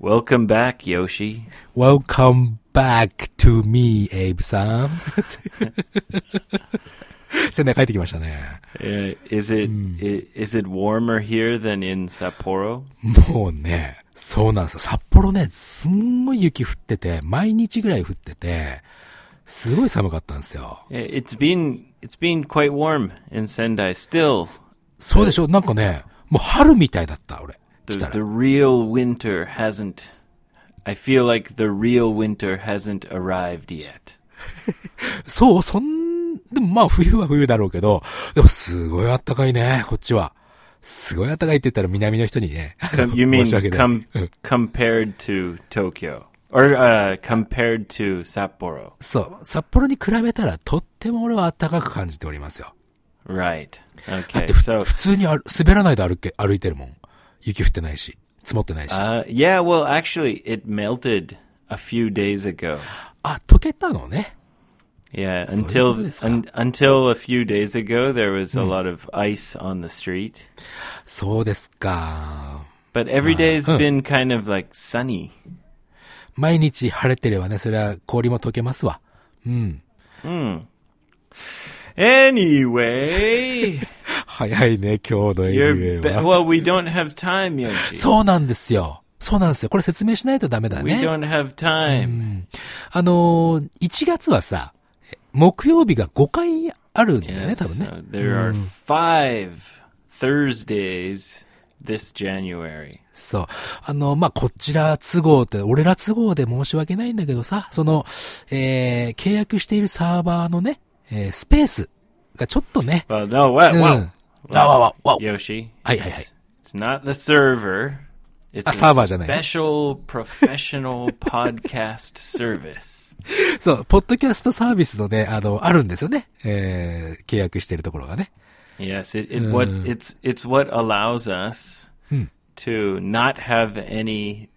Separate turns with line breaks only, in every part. Welcome back, Yoshi.
Welcome back to me, Abe さん。仙台帰ってきましたね。
Uh, is it i- is it warmer here than in Sapporo? Uh,
もうね、そうなんですよ。札幌ね、すんごい雪降ってて、毎日ぐらい降ってて、すごい寒かったんですよ。
I- It's been it's been quite warm in Sendai still.
そうでしょなんかね、もう春みたいだった、俺。
The
来た
the
ら。
real winter hasn't I feel like the real winter hasn't arrived yet.
そう、そん、でもまあ冬は冬だろうけど、でもすごい暖かいね、こっちは。すごい暖かいって言ったら南の人に ね。
Com- you
申し
mean
訳ない
com-
うん
compared to Tokyo or uh, compared to Sapporo?
そう、札幌に比べたらとっても俺は暖かく感じておりますよ。
Right.
だっ
Okay.
てふ、
So
普通に歩滑らないで歩け、歩いてるもん。雪降ってないし、積もってないし。あ、
uh, yeah, well actually it melted a few days ago.
溶けたのね。
Yeah,
So
until
what is
un- until a few days ago there was a lot of ice on the street.
そうですか。
But every day's
huh.
been kind of like sunny.
毎日晴れてればね、それは氷も溶けますわ。
Anyway,
早いね、今日のエリ
you're
ウ
ba-
ェイは。
well. We don't have time, Yoshi.
そうなんですよ。そうなんですよ。これ説明しないとダメだ
we
ね。
don't have time.
あのー、1月はさ、木曜日が5回あるんだよね、
Yes,
多分ね。
so there are five Thursdays this January.
そう。あの、まあ、こちら都合って、俺ら都合で申し訳ないんだけどさ、その、えー、契約しているサーバーのね、えー、スペースがちょっとね、
Well, no, wow,
う
wow,
ん。わわわわ
Yoshi.
Aye, aye,
it's, it's not the server. It's
Ah, server,
a
じゃな い。
special professional podcast service.
そう、ポッドキャストサービスのね、あの、あるんですよね。えー、契約しているところがね。
Yes, it, it what it's it's what allows us to not have any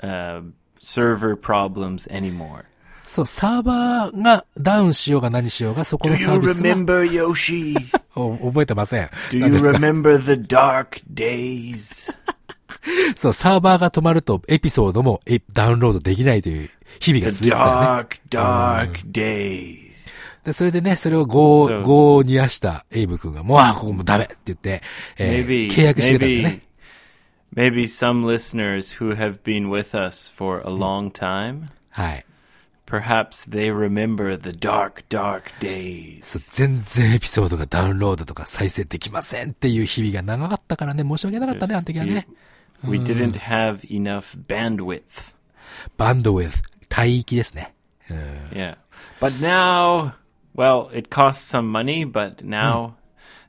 uh, server problems anymore.
そう、サーバーがダウンしようが何しようが、そこ
Do
のサ
you
ービスが
remember Yoshi?
お覚えてません。
Do
何
you
ですか
remember the dark days?
そう、サーバーが止まるとエピソードもえダウンロードできないという日々が
The Oh.
続いてたよね。
dark, dark days.
で、それでね、それを業
そう
を、業を煮やしたエイブ君が、もう、あ、ここもうダメって言って、えー
Maybe
契約してくれたんだ
maybe
よね。
maybe some listeners who have been with us for a long time,
はい。
perhaps they remember the dark, dark days.
そう全然エピソードがダウンロードとか再生できませんっていう日々が長かったからね、申し訳なかったね、あの時はね。
We didn't have enough bandwidth.
バンドウェイフ、帯域ですね。
Yeah. But now, well, it costs some money, but now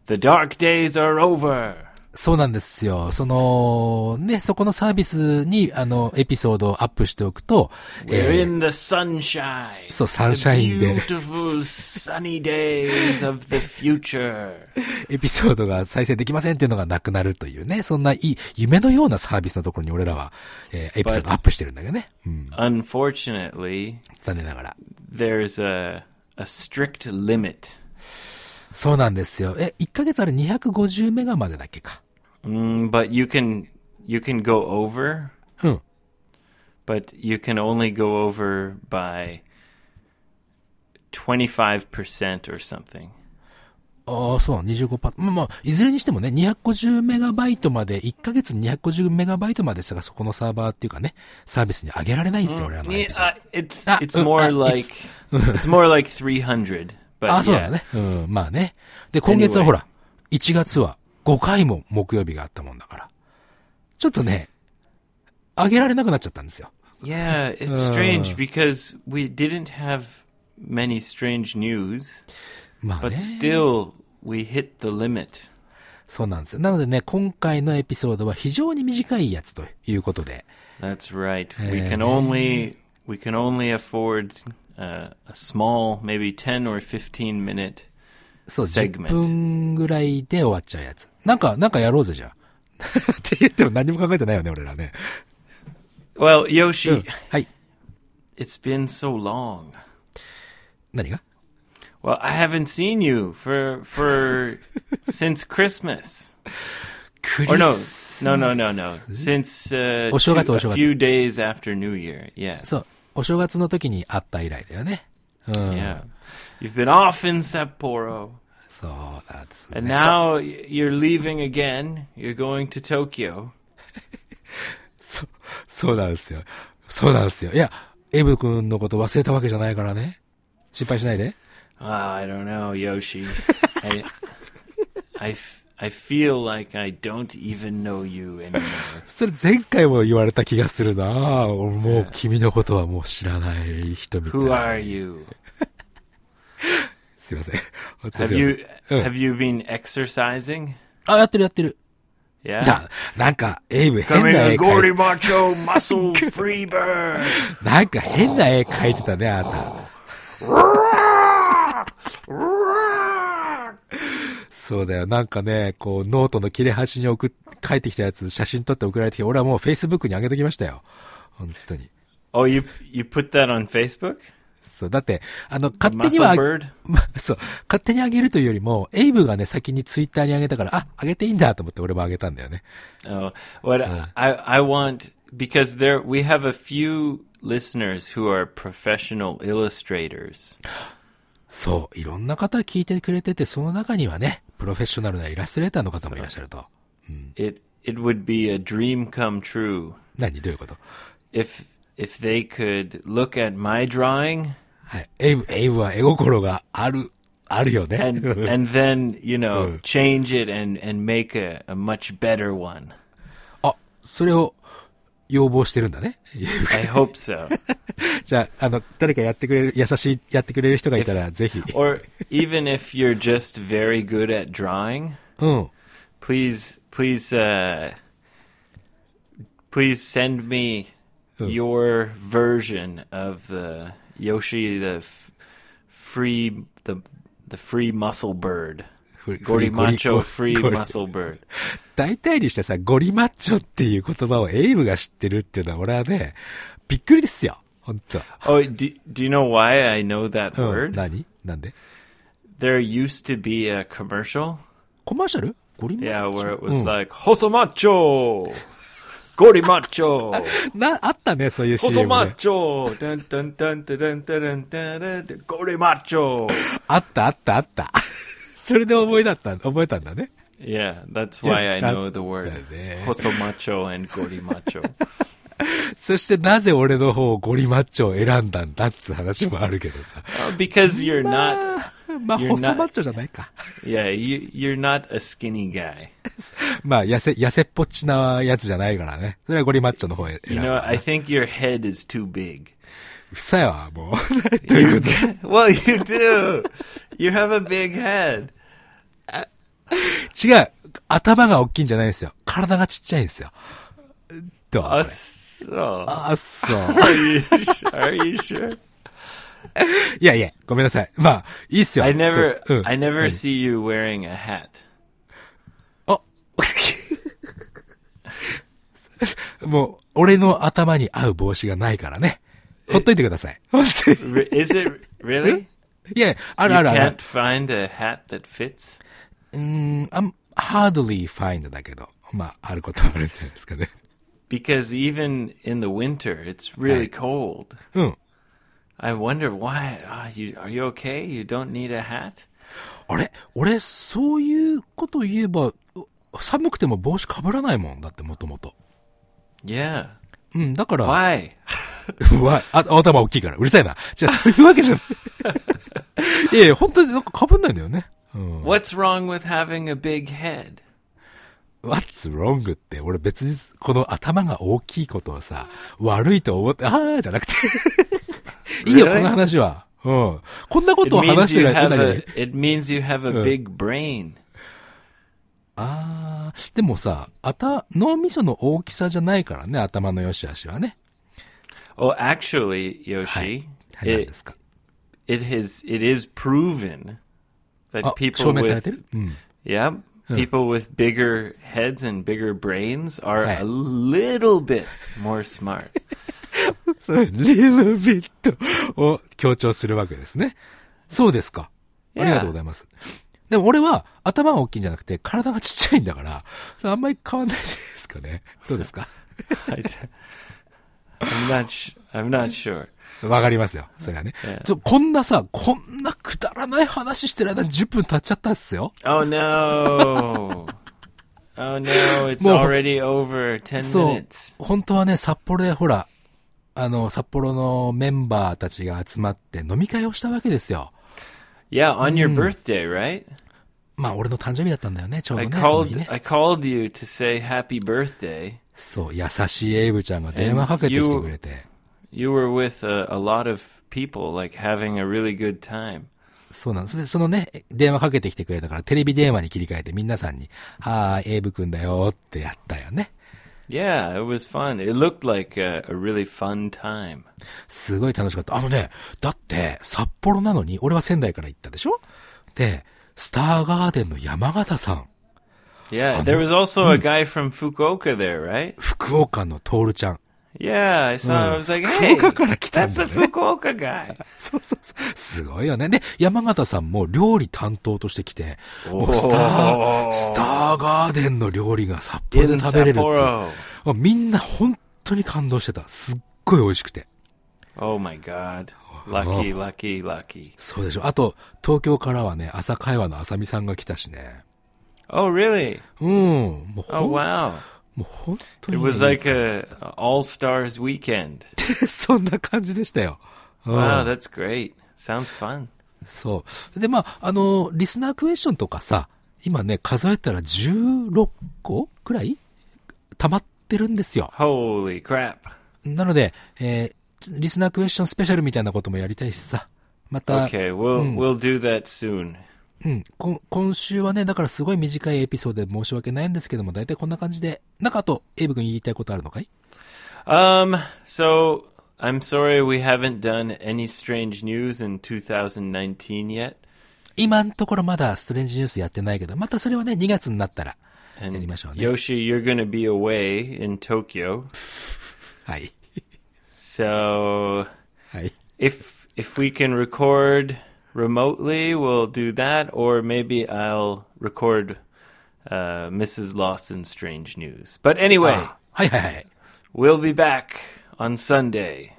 the dark days are over.
そうなんですよ。その、ね、そこのサービスに、あの、エピソードをアップしておくと、
We're
えー
in the sunshine.
そう、サンシャインで
Beautiful sunny days of the future.
エピソードが再生できませんっていうのがなくなるというね、そんないい、夢のようなサービスのところに俺らは、えーエピソードアップしてるんだけどね。うん、
Unfortunately,
残念ながら。
there's a a strict limit.
そうなんですよ。え、1ヶ月あれ250メガまでだっけか。
Mm, but you can you can go over,
うん。
but you can only go over by 25% or something.
ああ、そう、25パまあまあ、いずれにしてもね、250メガバイトまで、1ヶ月に250メガバイトまでしたが、そこのサーバーっていうかね、サービスに上げられないんですよ、俺らのエ
Yeah,
ピソー
uh, it's
Ah,
it's
uh,
more
uh,
like
it's-
it's more like 300,
ド。ああ、
but
そうな
yeah.
のね。うん、まあね。で、今月は
Anyway
ほら、1月は5回も木曜日があったもんだから。ちょっとね、上げられなくなっちゃったんですよ。
Yeah, it's
Uh.
strange because we didn't have many strange news,
まあ
but
ね。
still we hit the limit.
そうなんですよ。なのでね、今回のエピソードは非常に短いやつということで。
That's right. We can only we can only afford uh, a small, maybe 10 or 15 minute.
そう、
segment
10分ぐらいで終わっちゃうやつ。なんか、なんかやろうぜ、じゃあ。 って言っても何も考えてないよね、俺らね。
Well, Yoshi,
うん。はい。
it's been so long.
何が
Well, I haven't seen you for for since Christmas.
クリス
Or
マ
no,
ス。
no, no, no, no. Since uh,
お正月、
two-
お正月。
a few days after New Year. Yeah,
そう。お正月の時に会った以来だよね。うん。
yeah. You've been off in Sapporo,
そうなんですね。
and now y- you're leaving again. You're going to Tokyo.
そ、そうなんですよ。そうなんですよ。いや、エブ君のこと忘れたわけじゃないからね。心配しないで。
Ah, I don't know, Yoshi. I, I, f- I feel like I don't even know you anymore.
それ前回も言われた気がするな俺もう君のことはもう知らない人みたい。
Who are you?
すいません。本当に
Have
すいません
you have you been exercising?
あ、やってるやってる。
Yeah.
な、なんか、エイブ変
Coming
な
a
絵描
Gordy
い
Macho Muscle Free Bird.
て、なんか変な絵描いてたね、あんた。そうだよ。なんかね、こう、ノートの切れ端に送っ、書いてきたやつ、写真撮って送られてきて、俺はもう Facebook に上げてきましたよ。本当に。
Oh, you you put that on Facebook?
そう、だって、あの、勝手に
Muscle
は、
Bird?
ま、そう、勝手にあげるというよりも、エイブがね、先にツイッターにあげたから、あ、あげていいんだと思って俺もあげたんだよね。
Oh, what I I want because there we have a few listeners who are professional illustrators.
そう、いろんな方聞いてくれてて、その中にはね、プロフェッショナルなイラストレーターの方もいらっしゃると。
It it would be a dream come true
何どういうこと
if if they could look at my drawing
はい。エイブ、エイブは絵心がある、あるよね。
and and then you know change it and and make a, a much better one.
あ、それを要望してるんだね。
I hope so.
じゃあ、あの、誰かやってくれる、優しい、やってくれる人がいたら、ぜひ。
or even if you're just very good at drawing,
うん。
please please uh, please send me your version of the Yoshi the f- free the the free muscle bird.
ふゴ
Gordy
リゴリ
Macho
ゴ
free
ゴリ
muscle bird.
大体にしてさ、ゴリマッチョっていう言葉をエイブが知ってるっていうのは、俺はね、びっくりですよ。本当
Oh, do, do you know why I know Oh, that
うん。
word?
何なんで
There used to be a commercial.
コマーシャルゴリマッチ
Yeah,
ョ
where it was like, Hoso Macho! Gordy Macho!
な、あったね、そういう
Hoso
CM ね。
Macho! Dun, dun, dun, dun, dun, dun, dun, dun, dun, Gordy Macho!
あった、あった、あった。 それで思いだった、覚えたんだね。
Yeah, that's why I
that-
know the word.
that- that-
Hoso Macho and Gordy Macho.
そしてなぜ俺の方をゴリマッチョを選んだんだっつう話もあるけどさ。
Uh, because you're not,
まあ、
You're
細
not-
マッチョじゃないか。
yeah, you, you're not a skinny guy.
まあ、痩せ、痩せっぽっちなやつじゃないからね。それはゴリマッチョの方へ
You
選ん
know,
だ。
I think your head is too big.
ふさやわ、も う。ということで
Well, you do. you have a big head.
違う。頭が大きいんじゃないんですよ。体がちっちゃいんですよ。どう
Uh,
あ
so.
あ、そう。
Are you, are you sure?
いやいや、ごめんなさい。まあ、いいっすよ。
I never,
そううん
I never see you wearing a hat.
あもう、俺の頭に合う帽子がないからね。ほっといてください。本当に
R- Is it really?
いやいや、あ
You
るあるある
can't。find a hat that fits.
うーん、あん、hardly find だけど。まあ、あることはあるんじゃないですかね。
Because even in the winter, it's really
Right.
cold.
うん。
I wonder why. ah, you, are you okay? You don't need a hat?
あれ俺、そういうこと言えば、寒くても帽子かぶらないもんだって、もともと。
Yeah.
うん、だから、
Why?
うわ、あ、頭大きいから。うるさいな。違う、そういうわけじゃ ない。いやいや、本当になんか被んないんだよね。うん。
What's wrong with having a big head?
What's wrong って、俺別にこの頭が大きいことをさ、悪いと思って、あーじゃな くて。いいよ、
Really？
この話は。うん。こんなこ
It
とを話
means
して
you
る間
have
に
a,。it means you have a big brain.
あー、でもさ、あた、脳みその大きさじゃないからね、頭の良し悪しはね。
Oh, actually, Yoshi,
はい、なん
it,
ですか。
it has it is proven that
あ、証
people
明され
with
てるうん。
yeah people with bigger heads and bigger brains are
Right.
a little bit more smart.
そう、little bit を強調するわけですね。そうですか。ありがとうございます。でも俺は頭が大きいんじゃなくて体がちっちゃいんだから、それあんまり変わんないじゃないですかね。どうですか
I, am not. Sh- I'm not sure.
わかりますよ。それはね。ちょこんなさ、こんなくだらない話してる間に10分経っちゃったっすよ。
Oh no. Oh no, it's
Well-
already over 10
そう
minutes.。
本当はね、札幌でほら、あの、札幌のメンバーたちが集まって飲み会をしたわけですよ。
Yeah, on your
Hmm.
birthday, right?
まあ、俺の誕生日だったんだよね、ちょう
I
どね。その
called
日ね
I called you to say happy birthday.
そう、優しいエイブちゃんが電話かけてきてくれて。
You were with a, a lot of people like having a really good time.
そうなんです。でそのね、電話かけてきてくれたから、テレビ電話に切り替えて皆さんに、はーい、エイブくんだよーってやったよね。
Yeah, it was fun. It looked like a, a really fun time.
すごい楽しかった。あのね、だって、札幌なのに、俺は仙台から行ったでしょで、スターガーデンの山形さん、
Yeah, there was also a guy from Fukuoka there, right?
福岡のトールちゃん。
Yeah, I saw him. I was like, hey,
福岡から来たんだね。
that's the Fukuoka guy.
そうそうそう。すごいよね。で、山形さんも料理担当として来て、もうスター、スターガーデンの料理が札幌
In
で食べれるっていう
Sapporo.
あみんな本当に感動してた。すっごい美味しくて。
Oh my god. Lucky, lucky, lucky.
そうでしょ。あと、東京からはね、朝会話のあさみさんが来たしね。
Oh, really?
うん。もうほん、
Oh, wow.
もう本当
It
に、ね。
was like a, a all stars weekend.
そんな感じでしたよ。うん
Wow, that's great. Sounds fun.
そう。で、まあ、あの、リスナークエスチョンとかさ、今ね、数えたら16個くらい溜まってるんですよ。
Holy crap.
なので、えーリスナークエスチョンスペシャルみたいなこともやりたいしさ。また、
Okay, we'll we'll do that soon.
うん、こ今週はね、だからすごい短いエピソードで申し訳ないんですけども、大体こんな感じで。なんかあと、エイブ君言いたいことあるのかい
Um, so I'm sorry we haven't done any strange news in 2019 yet.
今のところまだストレンジニュースやってないけど、またそれはね、2月になったら、や
And
りましょうね。
Yoshi, you're going to be away in Tokyo.
はい。
So
はい。
if if we can record remotely, we'll do that, or maybe I'll record uh, Mrs. Lawson's strange news. But anyway,
あはいはいはい。
we'll be back on Sunday.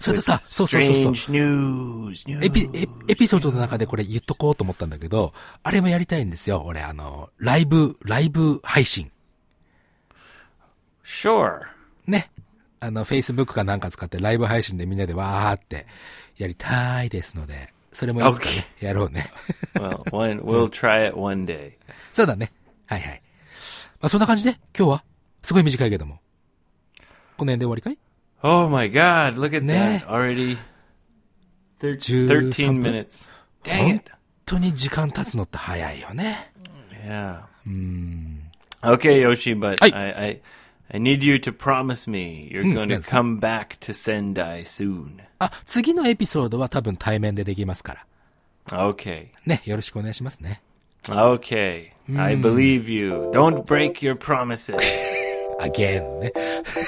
それとさ、そうそうそうそう。
Strange news, news.
エピ、エエピソードの中でこれ言っとこうと思ったんだけど、あれもやりたいんですよ。俺、あの、ライブ、ライブ配信。
Sure.
ね。あの、Facebook かなんか使ってライブ配信でみんなでわーってやりたいですので、それもいつかね、やろうね。
Well, one, we'll try it one day.
そうだね。はいはい。まあ、そんな感じで、今日は、すごい短いけども。この辺で終わりかい
Oh my God! Look at
Nah.
that already. Thir-
Two
Thirteen
something.
minutes.
本
Dang it!
当に時間経つのって早いよね。
Yeah. Okay, Yoshi, but
Hey.
I, I I need you to promise me you're going to
yes.
come back to Sendai soon.
あ、次のエピソードは多分対面でできますから。
Okay.
ね、よろしくお願いしますね。
Okay. I believe you. Don't break your promises.
again ね。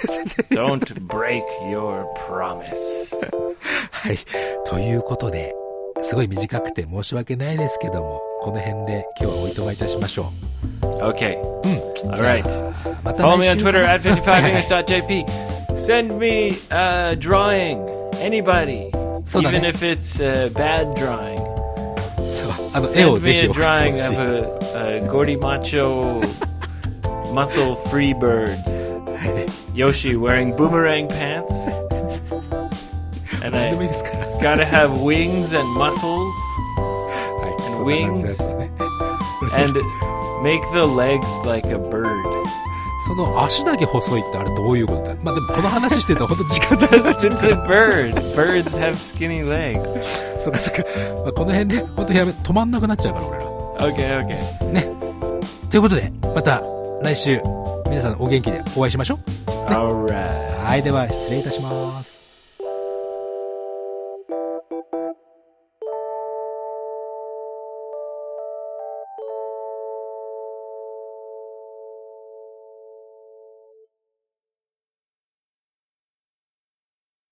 Don't break your promise.
はい。ということで、すごい短くて申し訳ないですけども、この辺で今日はおいとまいたしましょ
Okay. All
う。
right.
じゃあまた
Follow
来
me
週
on Twitter
かな
at 55english.jp. Send me a drawing. Anybody. Even
そうだね。
if it's a bad drawing.
そう。あの、絵を
Send
ぜ
me
ひ
a
送って
drawing
ほ
of
しい。
a, a Gordy Macho muscle free bird. Yoshi wearing boomerang pants. And
何でもい
I
いですから。
it's gotta have wings and muscles
はい。そん
wings
な感じですね。
and make the legs like a bird.
その足だけ細いってあれどういうことだまあでもこの話してたら本当時間ないで
It's
す。
a bird. Birds have skinny legs.
そっかそっか。まあ、この辺で本当やめ、止まんなくなっちゃうから俺ら。
Okay, okay.
ね。ということで、また来週、皆さんお元気でお会いしましょう。
All right.
はい。では失礼いたします。